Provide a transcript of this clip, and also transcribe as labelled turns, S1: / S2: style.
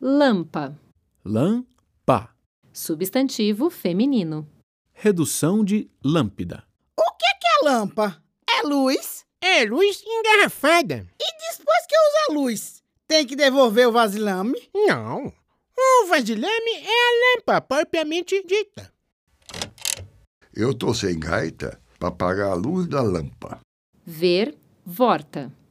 S1: Lampa.
S2: Lã-pa.
S1: Substantivo feminino.
S2: Redução de lâmpida.
S3: O que que é lâmpada? É luz?
S4: É luz engarrafada.
S3: Depois que usa a luz, tem que devolver o vasilhame?
S4: Não. O vasilhame é a lâmpada propriamente dita.
S5: Eu tô sem gaita para pagar a luz da lâmpada.
S1: Ver, vorta.